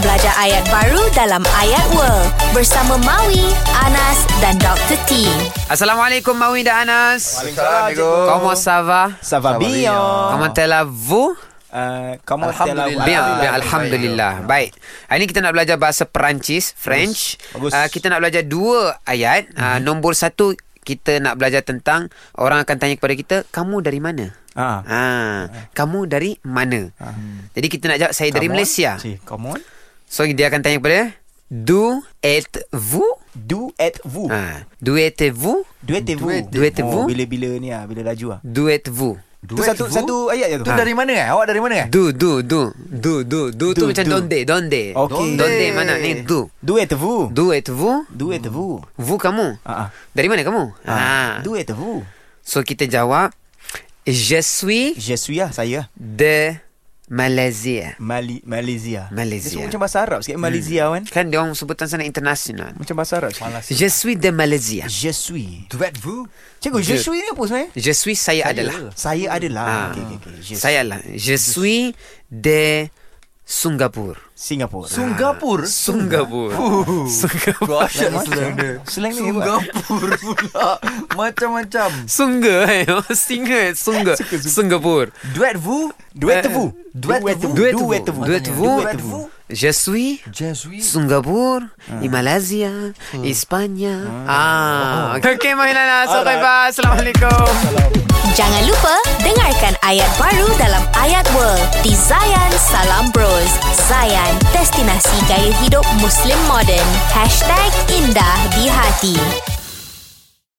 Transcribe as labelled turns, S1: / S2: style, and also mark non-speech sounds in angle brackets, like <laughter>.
S1: Ada ayat baru dalam Ayat World bersama Maui, Anas dan Dr. T.
S2: Assalamualaikum Mawi dan Anas.
S3: Assalamualaikum.
S2: Comment ça va?
S3: Ça va bien.
S2: Comment allez-vous?
S3: Euh, comment
S4: Alhamdulillah.
S2: Bien,
S4: Alhamdulillah.
S2: bien, alhamdulillah. Baik. Hari ni kita nak belajar bahasa Perancis, French.
S3: Bagus. Mhm.
S2: Ah, kita nak belajar dua ayat. Ah, nombor satu kita nak belajar tentang orang akan tanya kepada kita, "Kamu dari mana?"
S3: Ah.
S2: Ah, kamu dari mana? Jadi kita nak jawab saya dari Malaysia.
S3: Si, comment
S2: So dia akan tanya kepada "D'où êtes-vous?"
S3: D'où êtes-vous?
S2: Ah, "D'où êtes-vous?"
S3: D'où êtes-vous?
S2: D'où êtes-vous?
S3: Oh, bila-bila ni ah, bila laju ah.
S2: "D'où êtes-vous?"
S3: Tu satu satu ayat je tu.
S2: Ah.
S4: Tu dari mana eh? Awak dari mana eh?
S2: Du du du du du du tu
S3: Du,
S2: macam
S3: du.
S2: donde donde.
S3: Okey.
S2: Donde mana ni du.
S3: D'où êtes-vous?
S2: Du êtes-vous?
S3: D'où êtes-vous?
S2: Vous kamu.
S3: Ah, ah.
S2: Dari mana kamu? Ha.
S3: Ah. D'où êtes-vous?
S2: So kita jawab Je suis
S3: Je suis ah, saya.
S2: de Malaysia.
S3: Mali Malaysia.
S2: Malaysia.
S3: Dia sebut macam bahasa Arab sikit Malaysia kan.
S2: Kan dia orang sebutan sana international.
S3: Macam bahasa Arab. sikit.
S2: Je suis de Malaysia.
S3: Je suis.
S4: Duet vous?
S3: Cikgu, je suis ni apa sebenarnya?
S2: Je suis saya, adalah.
S3: Saya adalah.
S2: Ah.
S3: Okey okey okey. Je
S2: Saya lah. Je suis de Singapura.
S3: Singapura.
S4: Singapura.
S2: Singapura. Singapura.
S4: Asyik
S3: Macam-
S4: slang dia.
S3: Slang ni hebat.
S4: Singapura
S3: <laughs>
S4: pula. Macam-macam.
S2: Sungga <laughs> eh. Singa. Sungga. Singapura.
S4: Duet vous?
S3: D'où êtes-vous? D'où êtes-vous?
S2: Eh, Duet
S3: D'où
S2: vous.
S3: êtes-vous?
S2: Duet vous.
S3: D'où êtes-vous?
S2: Je suis Ah.
S4: Je suis.
S2: Singapour, et Malaysia, Espagne. Ah. Okey, Mahilana. Sampai jumpa. Assalamualaikum.
S1: Jangan lupa dengarkan ayat baru dalam Ayat World di Zayan Salam Bros. Zayan, destinasi gaya hidup Muslim modern. #IndahDiHati